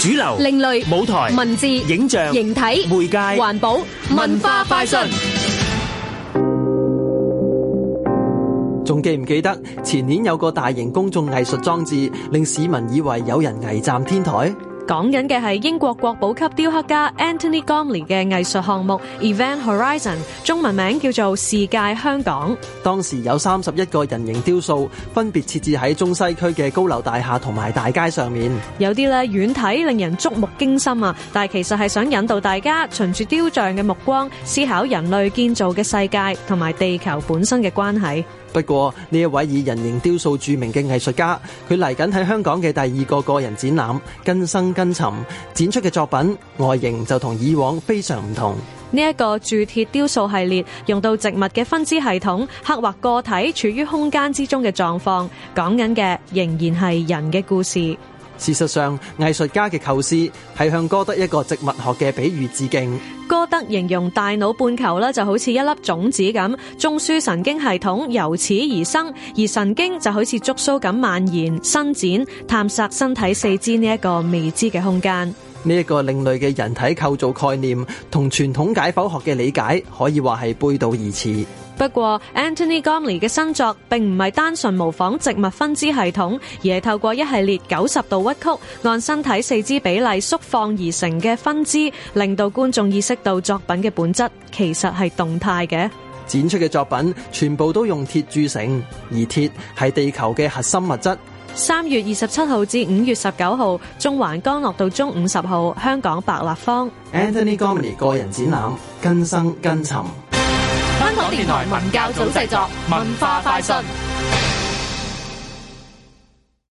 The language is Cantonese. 主流、另類舞台、文字影像、形體媒介環保文化快訊。仲記唔記得前年有個大型公眾藝術裝置，令市民以為有人危站天台？講緊嘅係英國國寶級雕刻家 Anthony Gormley 嘅藝術項目 Event Horizon，中文名叫做《視界香港》。當時有三十一個人形雕塑，分別設置喺中西區嘅高樓大廈同埋大街上面。有啲咧遠睇令人觸目驚心啊，但係其實係想引導大家循住雕像嘅目光，思考人類建造嘅世界同埋地球本身嘅關係。不過呢一位以人形雕塑著名嘅藝術家，佢嚟緊喺香港嘅第二個個人展覽《根生根沉》，展出嘅作品外形就同以往非常唔同。呢一個鑄鐵雕塑系列用到植物嘅分支系統，刻畫個體處於空間之中嘅狀況，講緊嘅仍然係人嘅故事。事實上，藝術家嘅構思係向歌德一個植物學嘅比喻致敬。歌德形容大腦半球咧就好似一粒種子咁，中樞神經系統由此而生，而神經就好似觸鬚咁蔓延、伸展、探索身體四肢呢一個未知嘅空間。呢一個另類嘅人體構造概念，同傳統解剖學嘅理解可以話係背道而馳。不過，Anthony Gormley 嘅新作並唔係單純模仿植物分支系統，而係透過一系列九十度屈曲，按身體四肢比例縮放而成嘅分支，令到觀眾意識到作品嘅本質其實係動態嘅。展出嘅作品全部都用鐵鑄成，而鐵係地球嘅核心物質。三月二十七號至五月十九號，中環干諾道中五十號，香港白立方 Anthony Gormley 個人展覽《根生根沉》。香港電台文教組製作，文化快訊。